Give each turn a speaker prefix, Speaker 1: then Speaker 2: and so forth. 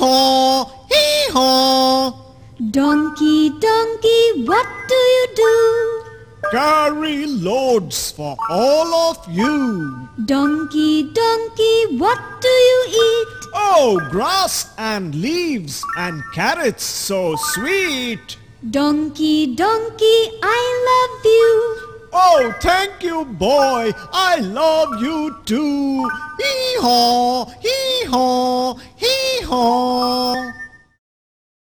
Speaker 1: haw, hee haw.
Speaker 2: Donkey, donkey, what do you do?
Speaker 1: Carry loads for all of you.
Speaker 2: Donkey, donkey, what do you eat?
Speaker 1: Oh, grass and leaves and carrots so sweet.
Speaker 2: Donkey, donkey, I love you.
Speaker 1: Oh, thank you, boy. I love you too. Hee haw, hee haw, hee haw.